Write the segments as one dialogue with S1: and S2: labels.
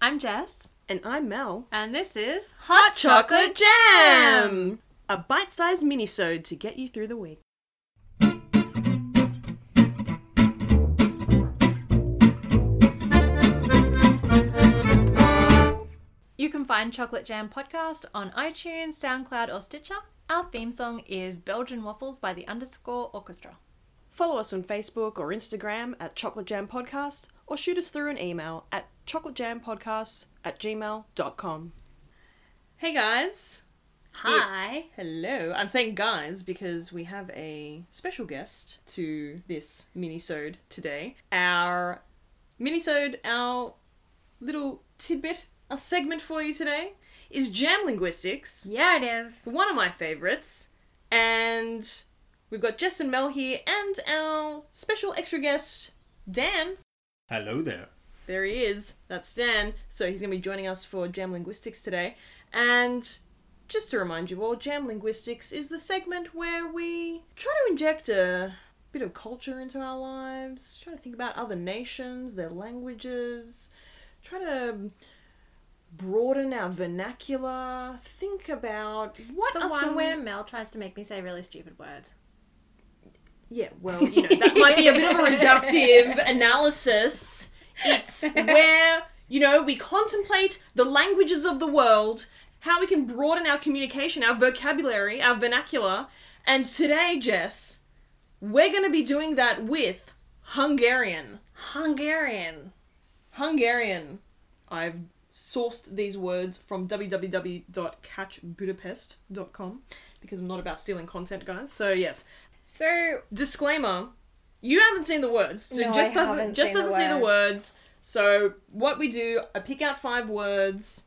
S1: I'm Jess,
S2: And I'm Mel.
S1: and this is
S2: Hot
S1: Chocolate Jam!
S2: A bite-sized mini-sode to get you through the week.
S1: You can find Chocolate Jam Podcast on iTunes, SoundCloud, or Stitcher. Our theme song is Belgian Waffles by the Underscore Orchestra.
S2: Follow us on Facebook or Instagram at Chocolate Jam Podcast or shoot us through an email at chocolatejampodcast at gmail.com. Hey guys.
S1: Hi.
S2: Hello. I'm saying guys because we have a special guest to this mini-sode today. Our mini-sode, our little tidbit, our segment for you today is Jam Linguistics.
S1: Yeah, it is.
S2: one of my favorites. And we've got Jess and Mel here, and our special extra guest, Dan.
S3: Hello there.
S2: There he is. That's Dan. So he's going to be joining us for Jam Linguistics today. And just to remind you all, Jam Linguistics is the segment where we try to inject a bit of culture into our lives, try to think about other nations, their languages, try to broaden our vernacular, think about what
S1: the
S2: are
S1: one
S2: some
S1: where Mel tries to make me say really stupid words.
S2: Yeah, well, you know, that might be a bit of a reductive analysis. It's where, you know, we contemplate the languages of the world, how we can broaden our communication, our vocabulary, our vernacular. And today, Jess, we're going to be doing that with Hungarian.
S1: Hungarian.
S2: Hungarian. I've sourced these words from www.catchbudapest.com because I'm not about stealing content, guys. So, yes,
S1: So,
S2: disclaimer you haven't seen the words so
S1: No,
S2: just
S1: I
S2: doesn't
S1: haven't
S2: just
S1: seen the
S2: doesn't see the words so what we do i pick out five words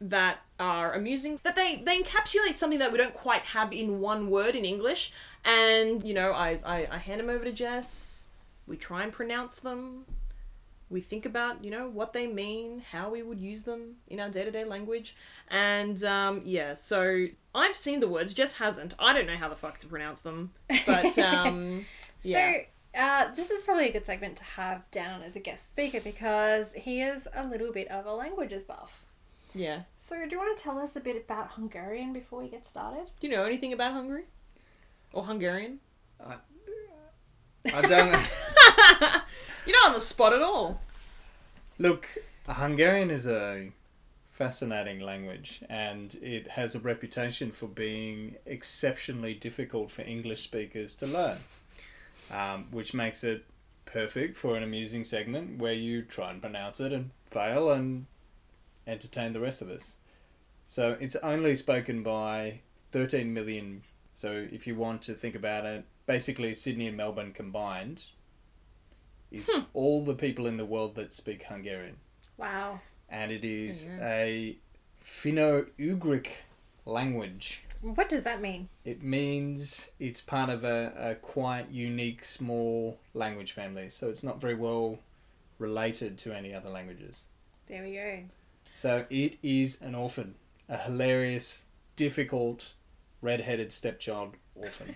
S2: that are amusing that they they encapsulate something that we don't quite have in one word in english and you know i i, I hand them over to jess we try and pronounce them we think about you know what they mean how we would use them in our day-to-day language and um, yeah so i've seen the words jess hasn't i don't know how the fuck to pronounce them but um, yeah
S1: so uh, this is probably a good segment to have Dan on as a guest speaker because he is a little bit of a languages buff.
S2: yeah
S1: So, do you want to tell us a bit about Hungarian before we get started?
S2: do you know anything about hungary or hungarian
S3: I don't
S2: you're not on the spot at all
S3: look. Hungarian is a fascinating language, and it has a reputation for being exceptionally difficult for English speakers to learn, um, which makes it perfect for an amusing segment where you try and pronounce it and fail and entertain the rest of us. So it's only spoken by 13 million. So if you want to think about it, basically Sydney and Melbourne combined is
S1: Hmm.
S3: all the people in the world that speak Hungarian
S1: Wow.
S3: and it is
S2: Yeah.
S3: a Finno-Ugric language.
S1: What does that mean?
S3: It means it's part of a, a quite unique small language family, so it's not very well related to any other languages.
S1: There we go.
S3: So it is an orphan, a hilarious, difficult, red-headed stepchild orphan.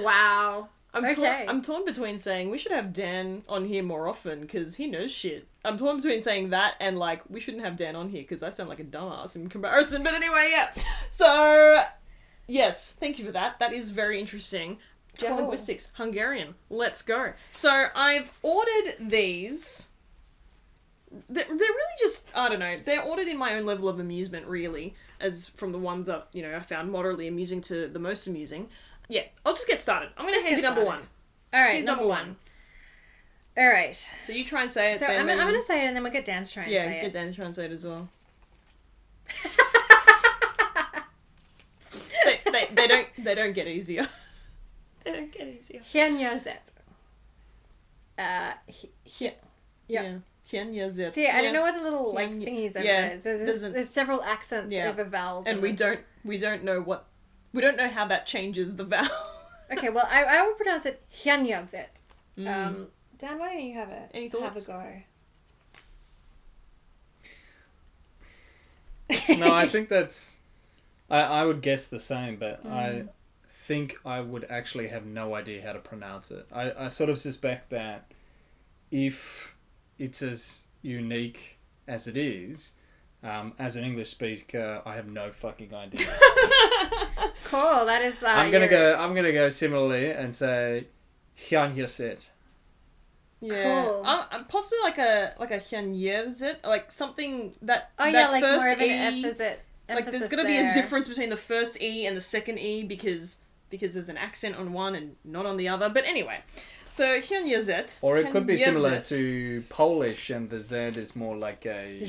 S1: Wow.
S2: I'm,
S1: Okay.
S2: torn, I'm torn between saying we should have Dan on here more often because he knows shit. I'm torn between saying that and like we shouldn't have Dan on here because I sound like a dumbass in comparison. But anyway, yeah. So, yes, thank you for that. That is very interesting. Jam
S1: Cool.
S2: linguistics, Hungarian. Let's go. So I've ordered these. They're, they're really just I don't know. They're ordered in my own level of amusement, really, as from the ones that you know I found moderately amusing to the most amusing. Yeah, I'll just get started. I'm gonna
S1: Just
S2: hand
S1: get
S2: you number
S1: started.
S2: one.
S1: All right,
S2: He's
S1: number,
S2: number
S1: one. All right.
S2: So you try and say it.
S1: So
S2: then
S1: I'm, I'm
S2: when-
S1: gonna say it, and then we'll get Dan to try and
S2: yeah,
S1: say
S2: get
S1: it.
S2: Dan to try and say it as well. They, they, they don't they don't get easier. they don't get easier.
S1: Hiányzat. Uh, hi- hi- Yeah.
S2: Hien, yes, yes.
S1: See, I don't know what the little like
S2: Hiány-
S1: thingies over
S2: yeah,
S1: there is. There's,
S2: doesn't-
S1: there's several accents
S2: Yeah.
S1: over vowels.
S2: And
S1: in
S2: we
S1: this.
S2: don't we don't know what we don't know how that changes the vowel.
S1: Okay, well, I, I will pronounce it hiányzat.
S2: Mm.
S1: Um, Dan, why don't you have a
S2: Any
S1: have a
S2: thoughts?
S1: go?
S3: no, I think that's. I, I would guess the same, but I think I would actually have no idea how to pronounce it. I, I sort of suspect that if it's as unique as it is, um, as an English speaker, I have no fucking idea.
S1: Cool. That is. Uh,
S3: I'm gonna
S1: your-
S3: go. I'm gonna go similarly and say, Hyun Hyoset.
S2: Yeah,
S1: Cool.
S2: um, um, possibly like a like a hyenyerset, like something that
S1: Oh
S2: that
S1: yeah, like
S2: first
S1: more of an
S2: e,
S1: emphasis.
S2: like there's
S1: emphasis
S2: gonna be
S1: there.
S2: a difference between the first e and the second e because because there's an accent on one and not on the other. But anyway, so hyenyerset
S3: Or it could be similar to Polish, and the Z is more like a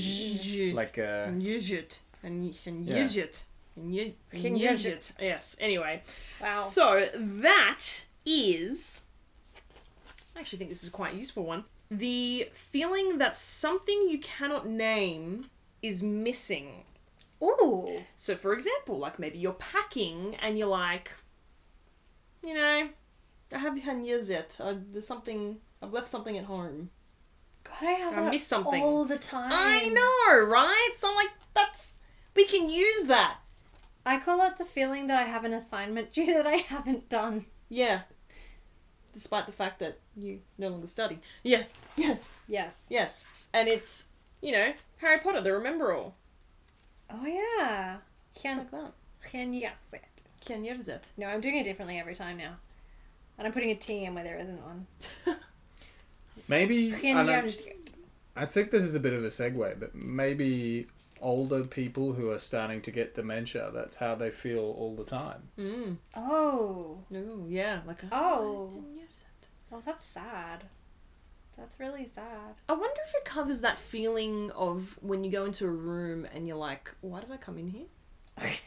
S2: like
S3: like a
S2: Mm. hyenyerset and hyenyerset.
S1: Hyenyerset.
S2: Hyenyerset. Yes. Anyway,
S1: Wow.
S2: So that is. I actually think this is quite a useful one. The feeling that something you cannot name is missing.
S1: Ooh.
S2: So, for example, like maybe you're packing and you're like, you know, I haven't had years yet. I, there's something. I've left something at home.
S1: God, I have
S2: I
S1: that
S2: missed something.
S1: all the time.
S2: I know, right? So I'm like, that's. We can use that.
S1: I call it the feeling that I have an assignment due that I haven't done.
S2: Yeah. Despite the fact that you no longer study. Yes, yes.
S1: Yes.
S2: Yes. And it's, you know, Harry Potter, the Remember All.
S1: Oh yeah.
S2: It's
S1: Can
S2: like that.
S1: can you it?
S2: Can you it?
S1: No, I'm doing it differently every time now, and I'm putting a T in where there isn't one.
S3: maybe. I
S1: Can you?
S3: don't-
S1: I'm just
S3: I think this is a bit of a segue, but maybe older people who are starting to get dementia, that's how they feel all the time.
S2: Mm.
S1: oh.
S2: Oh, yeah. Like,
S1: Oh.
S2: Can you use it?
S1: Well, that's sad. That's really sad.
S2: I wonder if it covers that feeling of when you go into a room and you're like, why did I come in here?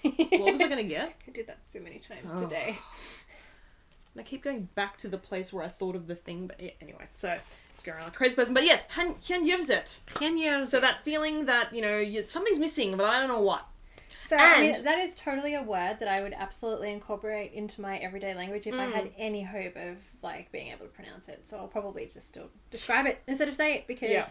S2: What was I going to get?
S1: I did that so many times
S2: Oh.
S1: today.
S2: And I keep going back to the place where I thought of the thing, but yeah, anyway, so it's going around like a crazy person. But yes, can can you use it?
S1: Can you?
S2: So that feeling that, you know, you, something's missing, but I don't know what.
S1: So I mean,
S2: And-
S1: that is totally a word that I would absolutely incorporate into my everyday language if I had
S2: Mm.
S1: any hope of like being able to pronounce it. So I'll probably just still describe it instead of say it because
S2: Yeah.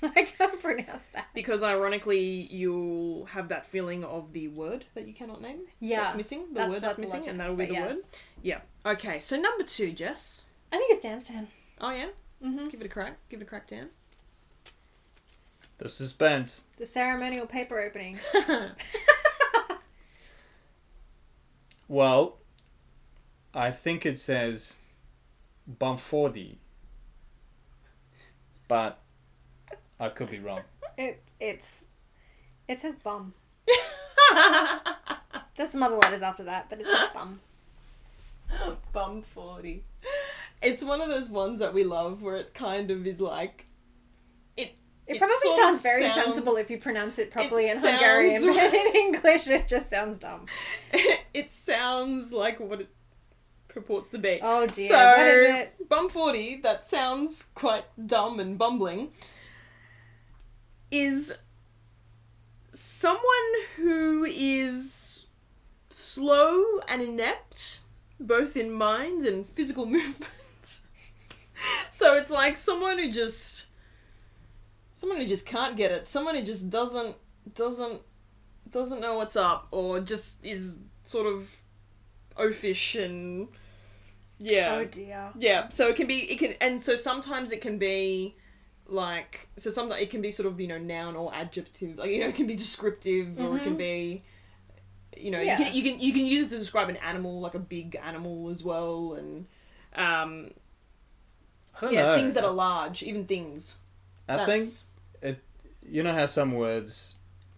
S1: I can't pronounce that.
S2: Because ironically, you'll have that feeling of the word that you cannot name.
S1: Yeah,
S2: that's missing. The
S1: that's-
S2: word
S1: that's
S2: that's
S1: the
S2: missing,
S1: logic,
S2: and that'll be
S1: but
S2: the
S1: yes.
S2: word. Yeah. Okay. So number two, Jess.
S1: I think it's Dan's turn.
S2: Oh yeah.
S1: Mm-hmm.
S2: Give it a crack. Give it a crack, Dan.
S3: The suspense.
S1: The ceremonial paper opening.
S3: Well, I think it says Bamfordi, but I could be wrong.
S1: It it's it says bum. There's some other letters after that, but it says bum.
S2: Bum forty. It's one of those ones that we love, where it kind of is like. It.
S1: It, probably
S2: sort of
S1: sounds very
S2: sounds-
S1: sensible if you pronounce it properly in
S2: sounds
S1: Hungarian, but
S2: right.
S1: in English it just sounds dumb.
S2: it sounds like what it purports to be.
S1: Oh dear,
S2: So,
S1: what is it?
S2: Bum 40, that sounds quite dumb and bumbling, is someone who is slow and inept, both in mind and physical movement. so it's like someone who just. Someone who just can't get it. Someone who just doesn't doesn't doesn't know what's up or just is sort of oafish and yeah.
S1: Oh dear.
S2: Yeah, so it can be it can and so sometimes it can be like so sometimes it can be sort of you know noun or adjective like you know it can be descriptive or it can be you know
S1: Yeah.
S2: you, can, you can you can use it to describe an animal like a big animal as well and um
S3: I don't
S2: yeah
S3: know.
S2: things that are large even things
S3: I think
S2: That's-
S3: you know how some words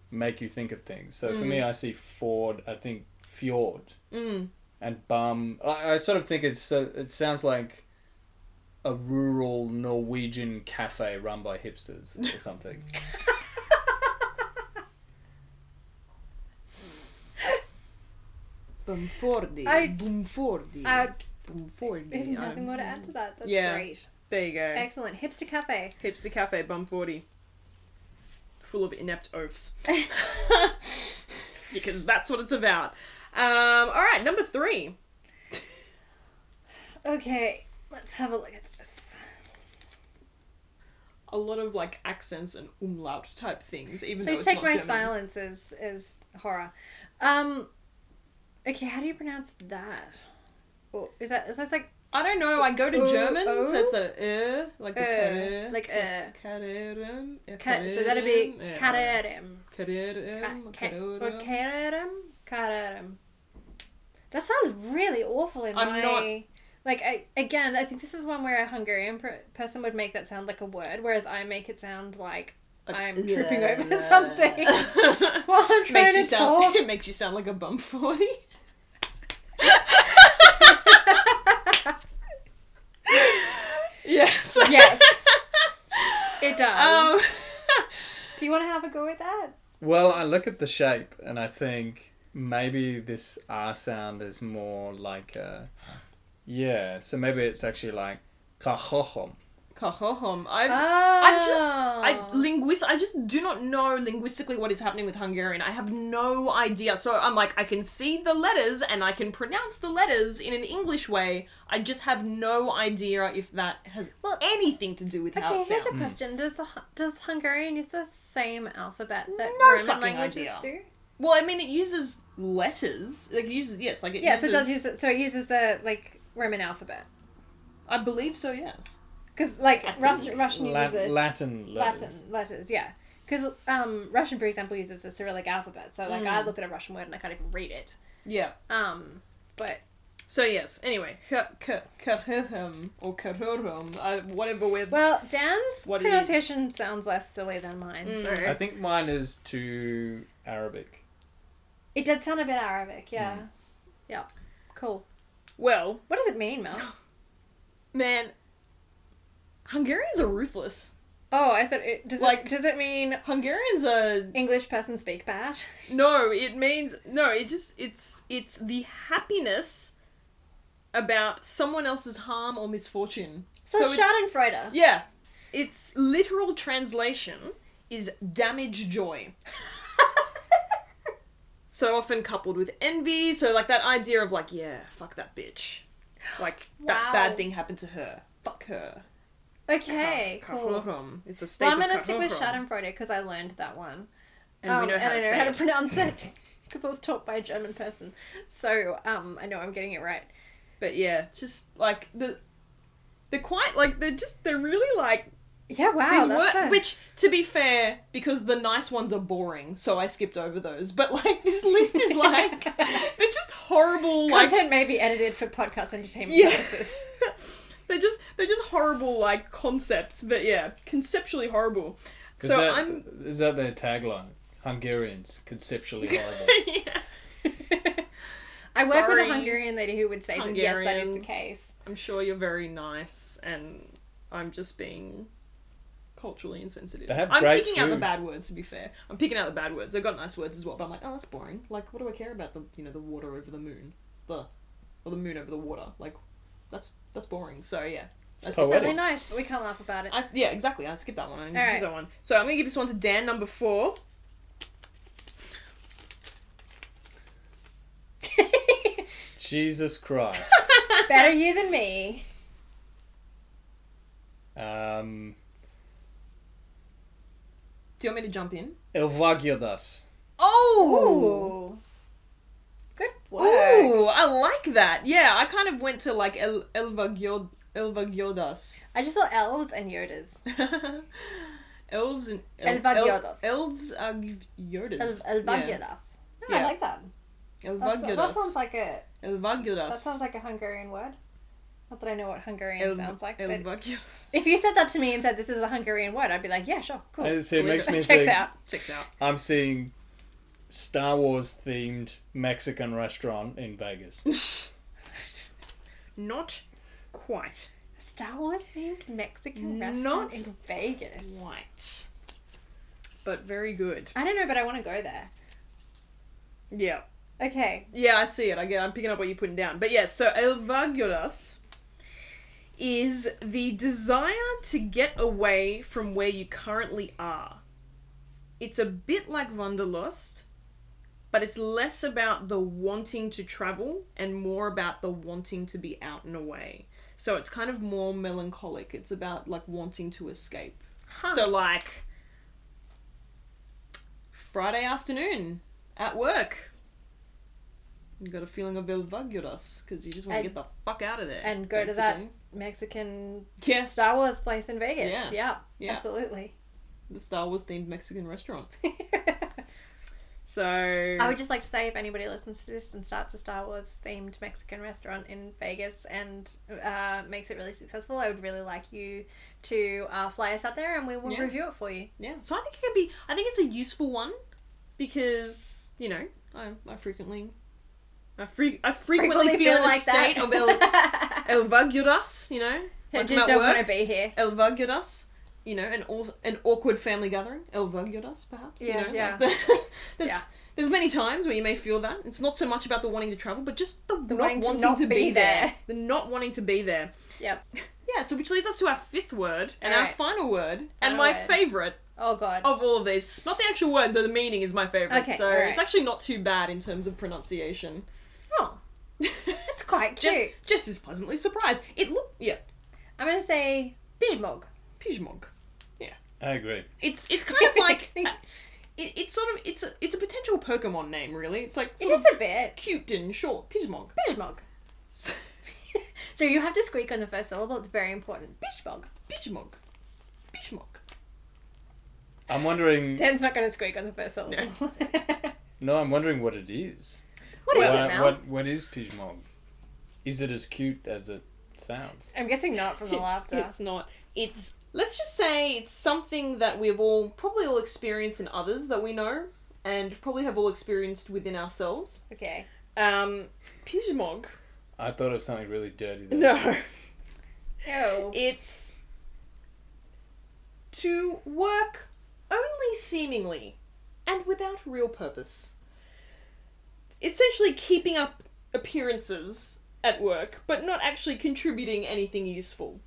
S3: make you think of things. So for me, I see Ford. I think fjord.
S2: mm,
S3: and bum. I, I sort of think it's uh, it sounds like a rural Norwegian cafe run by hipsters or something.
S2: Bumfordi.
S1: I-
S2: Bumfordi.
S1: I
S2: Bumfordi.
S1: I Uh, have
S2: I
S1: nothing
S2: don't
S1: more to
S2: know.
S1: add to that. That's
S2: Yeah.
S1: great.
S2: There you go.
S1: Excellent. Hipster cafe.
S2: Hipster Cafe Bum40. Full of inept oafs. because that's what it's about. Um, all right, number three.
S1: Okay, let's have a look at this.
S2: A lot of like accents and umlaut type things, even though
S1: Please
S2: it's
S1: take
S2: not
S1: my
S2: German.
S1: silence as as horror. Um okay, how do you pronounce that? Oh, is that is that like
S2: I don't know. I go to
S1: Oh,
S2: German, so
S1: oh.
S2: it's the uh, like the
S1: Uh,
S2: karriere-
S1: like, uh.
S2: karriere- uh,
S1: Ka- so that'd be
S2: karriere-
S1: karerem.
S2: karriere-
S1: Ka- ka- or
S2: karriere.
S1: karerem? Karerem. That sounds really awful in
S2: I'm
S1: my...
S2: not-
S1: Like, I, again, I think this is one where a Hungarian per- person would make that sound like a word, whereas I make it sound like
S2: Like,
S1: I'm
S2: uh,
S1: tripping over
S2: uh.
S1: something while I'm trying
S2: makes
S1: to
S2: you sound.
S1: talk.
S2: It makes you sound like a bum forty. yes.
S1: Yes. It does.
S2: Um,
S1: Do you want to have a go at that?
S3: Well, I look at the shape and I think maybe this R sound is more like a. Yeah, so maybe it's actually like. Kahohom.
S2: kahohom. I've.
S1: Oh.
S2: I just I linguist I just do not know linguistically what is happening with Hungarian. I have no idea. So I'm like I can see the letters and I can pronounce the letters in an English way. I just have no idea if that has
S1: Well,
S2: anything to do with
S1: Okay,
S2: how it
S1: here's
S2: sounds.
S1: a question: Does the, Hu- does Hungarian use the same alphabet that
S2: No
S1: Roman
S2: fucking
S1: languages
S2: idea.
S1: do?
S2: Well, I mean it uses letters. Like it uses yes, like it
S1: Yeah, so
S2: uses
S1: it does use the, so it uses the like Roman alphabet
S2: I believe so, yes.
S1: because like
S2: I
S1: Rus-
S2: think.
S1: Russian uses
S3: La-
S1: this-
S3: Latin letters.
S1: Latin letters, yeah. Because um, Russian, for example, uses the Cyrillic alphabet. So like
S2: Mm.
S1: I look at a Russian word and I can't even read it.
S2: Yeah.
S1: Um, but
S2: So yes. Anyway, kahohom or kahohom, I- whatever we're
S1: well, Dan's
S2: What it is.
S1: pronunciation sounds less silly than mine,
S2: Mm.
S1: so
S3: I think mine is too Arabic.
S1: it did sound a bit Arabic. Yeah,
S2: Mm.
S1: yeah, cool.
S2: well,
S1: What does it mean, Mel?
S2: man Hungarians are ruthless.
S1: Oh, I thought it does.
S2: Like-
S1: it, does it mean
S2: Hungarians are
S1: English person speak bad?
S2: no. It means no. It just it's it's the happiness about someone else's harm or misfortune.
S1: So,
S2: So it's-
S1: Schadenfreude.
S2: Yeah, its literal translation is damage joy. so often coupled with envy. So like that idea of like yeah, fuck that bitch. Like that
S1: Wow.
S2: bad thing happened to her. Fuck her.
S1: Okay, cool.
S2: Kahrom. It's a state
S1: Well, I'm
S2: of
S1: gonna stick with
S2: kahrom.
S1: Schadenfreude because I learned that one,
S2: And
S1: Um,
S2: we know how
S1: I
S2: to
S1: know
S2: say
S1: how to
S2: it.
S1: pronounce it because I was taught by a German person. So um, I know I'm getting it right.
S2: But yeah, just like the they're quite like they're just they're really like
S1: Yeah, wow,
S2: these
S1: that's
S2: wor-
S1: it.
S2: which to be fair because the nice ones are boring, so I skipped over those. But like this list is like they're just horrible like
S1: content may be edited for podcast entertainment
S2: yeah.
S1: purposes.
S2: they're just they're just horrible like concepts, but yeah, conceptually horrible.
S3: 'Cause
S2: So
S3: that-
S2: I'm
S3: Is that their tagline? Hungarians, conceptually horrible.
S2: yeah,
S1: I work with
S2: Sorry,
S1: a Hungarian lady who would say that yes, that is
S2: Hungarians.
S1: the case.
S2: I'm sure you're very nice and I'm just being culturally insensitive.
S3: They have
S2: I'm
S3: great
S2: picking out the
S3: food.
S2: bad words to be fair. I'm picking out the bad words. I've got nice words as well, but I'm like, oh that's boring. Like what do I care about the you know, the water over the moon? The or the moon over the water. Like that's that's boring. So yeah. That's
S3: poetic.
S1: Really nice, but we can't laugh about it.
S2: I, yeah, exactly. I skipped that one. I didn't
S1: All
S2: choose
S1: right.
S2: that one. So I'm gonna give this one to Dan number four.
S3: Jesus Christ.
S1: Better you than me.
S3: Um,
S2: Do you want me to jump in?
S3: Elvagiodas.
S2: Oh,
S1: Ooh. Good
S2: ooh,
S1: work.
S2: I like that. Yeah, I kind of went to like El Elva Gyod Elva Gyodas.
S1: I just saw elves and yodas.
S2: elves and
S1: Elvagiodas.
S2: el- elves are g- yodas.
S1: El, elvagiodas. Yeah,
S2: Yeah.
S1: I like that.
S2: Yeah.
S1: That's,
S2: Elvagiodas.
S1: that sounds like a
S2: Elvagiodas.
S1: that sounds like a Hungarian word. Not that I know what Hungarian
S2: El-
S1: sounds like, but
S2: Elvagiodas.
S1: if you said that to me and said this is a Hungarian word, I'd be like, yeah, sure, cool.
S3: And So it makes me
S1: Oh, Checks
S3: think
S1: out.
S2: Checks out.
S3: I'm seeing Star Wars themed Mexican restaurant in Vegas.
S2: Not quite
S1: Star Wars themed Mexican
S2: Not
S1: restaurant in Vegas.
S2: white, but very good.
S1: I don't know, but I want to go there.
S2: Yeah.
S1: Okay.
S2: Yeah, I see it. I get. I'm picking up what you're putting down. But yeah, so Elvagiodas is the desire to get away from where you currently are. It's a bit like Wanderlust, but it's less about the wanting to travel and more about the wanting to be out and away. So it's kind of more melancholic. It's about like wanting to escape. So like Friday afternoon at work. You got a feeling of Belvaguras because you just want to
S1: And-
S2: get the fuck out of there
S1: and go to that-
S2: basically.
S1: Mexican
S2: Yeah,
S1: Star Wars place in Vegas.
S2: Yeah.
S1: yeah.
S2: Yeah.
S1: Absolutely.
S2: the Star Wars themed Mexican restaurant.
S1: I
S2: So
S1: would just like to say if anybody listens to this and starts a Star Wars themed Mexican restaurant in Vegas and uh, makes it really successful, I would really like you to uh, fly us out there and we will
S2: Yeah.
S1: review it for you.
S2: yeah, so I think it can be. I think it's a useful one because you know I I frequently. I, fre- I frequently, feel, in a state of el,
S1: that.
S2: elvaguras, you know,
S1: I
S2: like
S1: just
S2: about
S1: don't
S2: work.
S1: want to be here.
S2: El Vagueras, you know, an al- an awkward family gathering. El Vagueras, perhaps.
S1: Yeah,
S2: you know,
S1: yeah.
S2: like the- that's,
S1: Yeah.
S2: There's many times where you may feel that it's not so much about the wanting to travel, but just the, not
S1: wanting
S2: wanting
S1: to
S2: to,
S1: not
S2: be,
S1: be
S2: there.
S1: there.
S2: the not wanting to be there.
S1: Yep.
S2: Yeah, so which leads us to our fifth word and our
S1: Alright.
S2: final word and
S1: Final
S2: my
S1: word.
S2: favorite
S1: Oh god.
S2: of all of these. Not the actual word, but the meaning is my favorite.
S1: Okay,
S2: so
S1: alright.
S2: it's actually not too bad in terms of pronunciation.
S1: Oh, it's quite cute.
S2: Jess, Jess is pleasantly surprised. It looked yeah,
S1: I'm gonna say Bismog.
S2: pijmog.
S3: I agree.
S2: It's it's kind of like uh, it, it's sort of it's a it's a potential Pokemon name really. It's like
S1: It
S2: sort
S1: is
S2: of
S1: a bit
S2: cute and short Pidgeymog.
S1: Bismog. So you have to squeak on the first syllable. It's very important. Bishbog.
S2: Pidgeymog, Pidgeymog.
S3: I'm wondering.
S1: Dan's not going to squeak on the first syllable.
S2: No.
S1: What is
S3: No, I'm wondering what it is.
S1: it,
S3: what,
S1: Mel?
S3: what what is Pijmog? Is it as cute as it sounds?
S1: I'm guessing not from the
S2: It's-
S1: laughter.
S2: It's not. It's let's just say it's something that we've all probably all experienced in others that we know, and probably have all experienced within ourselves.
S1: Okay.
S2: Um, Pidgeymog.
S3: I thought of something really dirty. There.
S2: No,
S1: Oh.
S2: it's to work only seemingly and without real purpose. Essentially, keeping up appearances at work, but not actually contributing anything useful.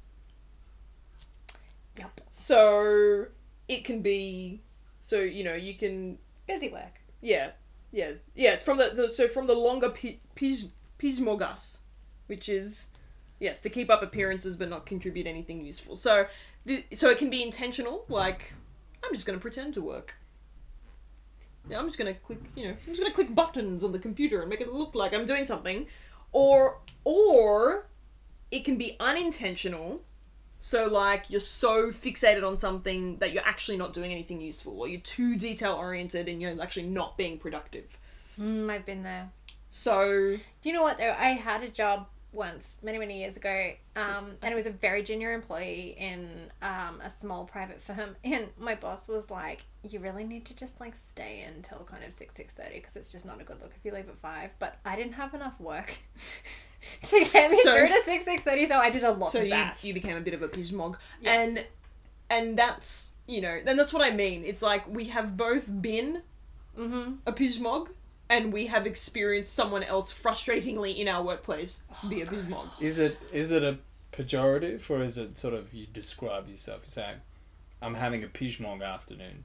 S1: Yep.
S2: So it can be, so you know, you can,
S1: Busy work.
S2: yeah, yeah, yeah. It's from the, the so from the longer pi- pis- pismogas, which is, yes, to keep up appearances but not contribute anything useful. So, the, so it can be intentional, like I'm just going to pretend to work. Yeah, I'm just going to click, you know, I'm just going to click buttons on the computer and make it look like I'm doing something, or or it can be unintentional. So like you're so fixated on something that you're actually not doing anything useful, or you're too detail oriented and you're actually not being productive.
S1: Mm, I've been there.
S2: So
S1: Do you know what though? I had a job once many many years ago, um, and it was a very junior employee in um, a small private firm, and my boss was like, "You really need to just like stay until kind of six six thirty because it's just not a good look if you leave at five. But I didn't have enough work. To get me
S2: So-
S1: through to six six thirty, so I did a lot
S2: so
S1: of
S2: you,
S1: that.
S2: you became a bit of a pismog,
S1: Yes.
S2: and and that's you know and that's what I mean. It's like we have both been
S1: mm-hmm.
S2: a pismog and we have experienced someone else frustratingly in our workplace be a pismog.
S3: Is it is it a pejorative or is it sort of you describe yourself? You say, "I'm having a Pijmog afternoon."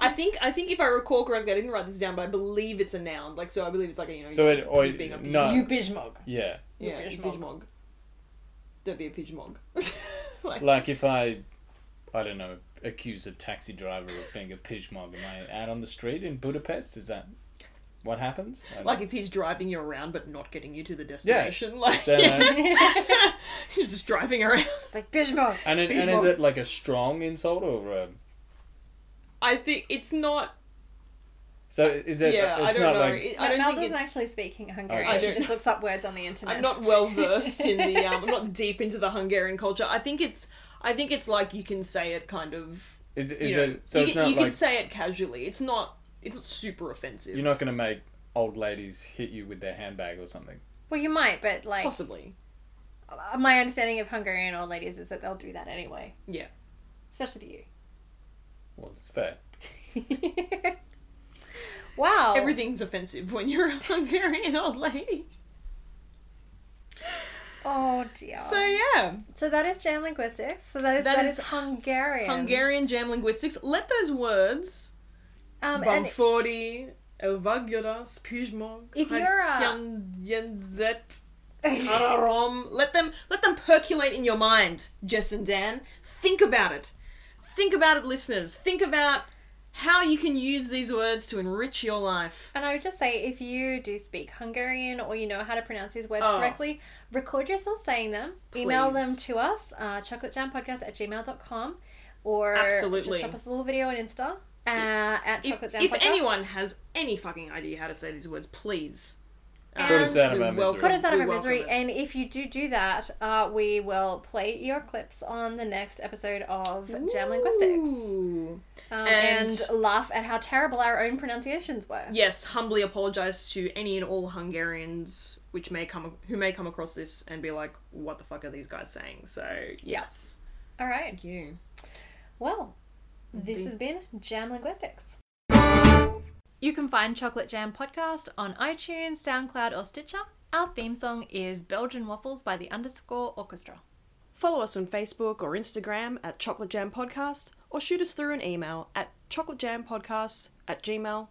S2: I think I think if I recall correctly, I didn't write this down, but I believe it's a noun. Like so, I believe it's like a, you know.
S3: So it or
S2: you being a
S3: no
S1: You bismog.
S3: yeah.
S2: Yeah,
S1: You're
S2: you
S1: Pidgemog.
S2: Pidgemog. Don't be a Pidgemog. like,
S3: Like if I, I don't know, accuse a taxi driver of being a Pijmog, am I out on the street in Budapest? Is that what happens? I don't
S2: like
S3: know.
S2: if he's driving you around but not getting you to the destination. Like
S3: Then, uh,
S2: he's just driving around.
S1: It's like bismog.
S3: and it, and is
S2: Pijmog.
S3: it like a strong insult or uh, a,
S2: I think it's not.
S3: so? Is it?
S2: yeah,
S3: it's
S2: I
S3: not
S2: don't know.
S3: like
S2: It- I
S1: Mel
S2: don't
S1: Mel
S2: think
S1: doesn't
S2: it's.
S1: actually speak Hungarian.
S3: Okay. I
S1: She
S2: don't-
S1: just looks up words on the internet.
S2: I'm not well versed in the. Um, I'm not deep into the Hungarian culture. I think it's. I think it's like you can say it kind of.
S3: is
S2: You
S3: is
S2: know,
S3: it? So
S2: you,
S3: it's
S2: can-
S3: not
S2: you
S3: like
S2: can say it casually. It's not. It's not super offensive.
S3: you're not going to make old ladies hit you with their handbag or something.
S1: Well, you might, but like
S2: possibly.
S1: Uh, my understanding of Hungarian old ladies is that they'll do that anyway.
S2: Yeah.
S1: Especially
S3: Well, it's fair.
S1: to you. wow.
S2: Everything's offensive when you're a Hungarian old lady.
S1: Oh dear.
S2: So
S1: So,
S2: yeah,
S1: that is jam linguistics. So that is
S2: That
S1: that
S2: is
S1: is, Hungarian.
S2: Hungarian jam linguistics. Let those words.
S1: Um, and
S2: Bamfori, Elvaguras, Pijmog,
S1: If you're a-
S2: Jenzet, Ararom. Let them let them percolate in your mind, Jess and Dan. Think about it. Think about it, listeners. Think about how you can use these words to enrich your life.
S1: And I would just say if you do speak Hungarian or you know how to pronounce these words
S2: Oh.
S1: correctly, record yourself saying them, email them
S2: Please.
S1: to us, uh, chocolatejampodcast at gmail.com, or
S2: Absolutely.
S1: just drop us a little video on Insta uh, at
S2: If,
S1: chocolate
S2: if anyone has any fucking idea how to say these words, please.
S1: Put us
S3: out of
S2: we
S3: our
S2: welcome-
S1: Put us out of
S2: we
S1: our
S2: welcome
S1: misery,
S2: it.
S1: and if you do do that, uh, we will play your clips on the next episode of Jam Linguistics
S2: Ooh.
S1: um, and,
S2: And-
S1: laugh at how terrible our own pronunciations were.
S2: Yes, humbly apologize to any and all Hungarians which may come who may come across this and be like, "What the fuck are these guys saying?" So yes,
S1: All right,
S2: thank you.
S1: well, this
S2: Indeed.
S1: has been Jam Linguistics. You can find Chocolate Jam Podcast on iTunes, SoundCloud, or Stitcher. Our theme song is Belgian Waffles by the Underscore Orchestra.
S2: Follow us on Facebook or Instagram at Chocolate Jam Podcast or shoot us through an email at chocolatejampodcast at gmail.com.